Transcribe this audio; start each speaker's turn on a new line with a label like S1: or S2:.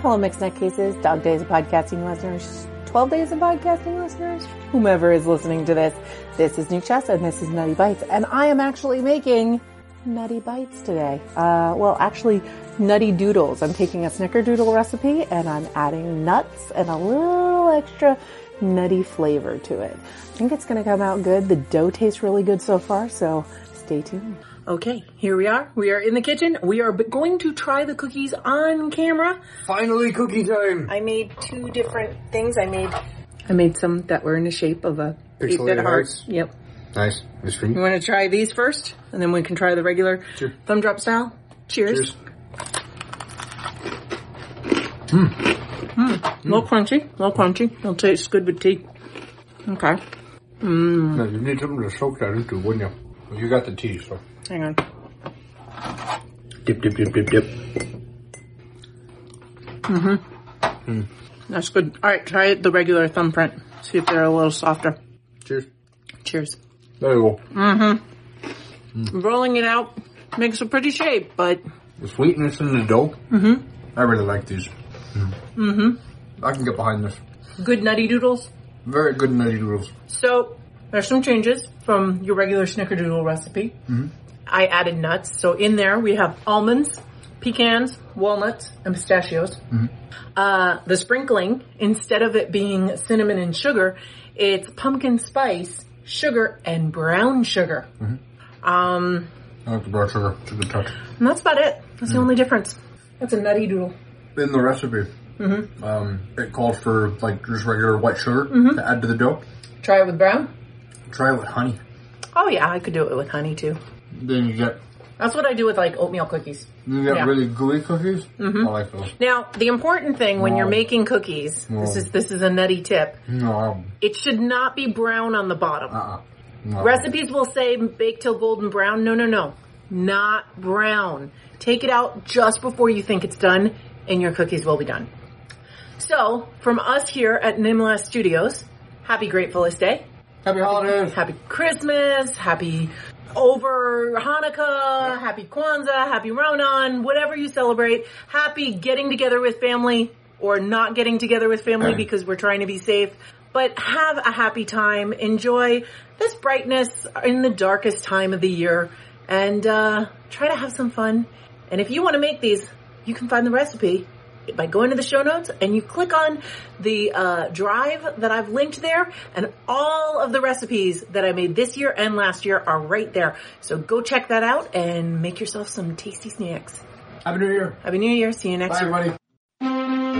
S1: Hello, Mixed Nut Cases, Dog Days of Podcasting listeners, 12 Days of Podcasting listeners, whomever is listening to this. This is Nick Chess and this is Nutty Bites and I am actually making Nutty Bites today. Uh, well, actually Nutty Doodles. I'm taking a Snickerdoodle recipe and I'm adding nuts and a little extra nutty flavor to it. I think it's going to come out good. The dough tastes really good so far, so stay tuned. Okay, here we are. We are in the kitchen. We are b- going to try the cookies on camera.
S2: Finally, cookie time.
S1: I made two different things. I made I made some that were in the shape of a
S2: Pixelated
S1: eight-bit heart.
S2: hearts.
S1: Yep.
S2: Nice. It's for
S1: You
S2: you.
S1: want to try these first, and then we can try the regular
S2: Sure.
S1: thumb drop style. Cheers.
S2: Cheers.
S1: A
S2: Mm.
S1: little crunchy, a little crunchy. It'll taste good with tea. Okay.
S2: No, you need something to soak that into, wouldn't you? Well, You got the tea, so.
S1: Hang on.
S2: Dip, dip, dip, dip, dip.
S1: That's good. All right, try the regular thumbprint. See if they're a little softer.
S2: Cheers.
S1: Cheers.
S2: There you go.
S1: Rolling it out makes a pretty shape, but
S2: The sweetness in the dough. Mm-hmm. I really like these. Mm-hmm. I can get behind this.
S1: good nutty doodles.
S2: Very good nutty noodles.
S1: So there's some changes from your regular snickerdoodle recipe. I added nuts. So in there we have almonds, pecans, walnuts, and pistachios. Uh, the sprinkling, instead of it being cinnamon and sugar, it's pumpkin spice, sugar, and brown sugar. Um,
S2: I like the brown sugar. It's a good touch.
S1: and that's about it. That's the only difference. That's a nutty doodle.
S2: In the recipe, mm-hmm. um, it called for like just regular white sugar to add to the dough.
S1: Try it with brown.
S2: Try it with honey.
S1: Oh yeah, I could do it with honey too.
S2: Then you get
S1: That's what I do with like oatmeal cookies.
S2: you get
S1: Yeah.
S2: really gooey cookies. I like those.
S1: Now, the important thing when you're
S2: No.
S1: making cookies, this is this is a nutty tip.
S2: No, um,
S1: It should not be brown on the bottom.
S2: uh-uh. no.
S1: Recipes will say bake till golden brown. No, no, no. Not brown. Take it out just before you think it's done and your cookies will be done. So, from us here at Nimlas Studios, happy Gratefulness Day.
S2: Happy holidays.
S1: Happy Christmas, happy over Hanukkah, happy Kwanzaa, happy Ronan, whatever you celebrate. Happy getting together with family or not getting together with family because we're trying to be safe. But have a happy time. Enjoy this brightness in the darkest time of the year and uh, try to have some fun. And if you want to make these, you can find the recipe by going to the show notes and you click on the uh, drive that I've linked there and all of the recipes that I made this year and last year are right there. So go check that out and make yourself some tasty snacks.
S2: Happy New Year.
S1: Happy New Year. See you next
S2: Bye,
S1: year.
S2: everybody.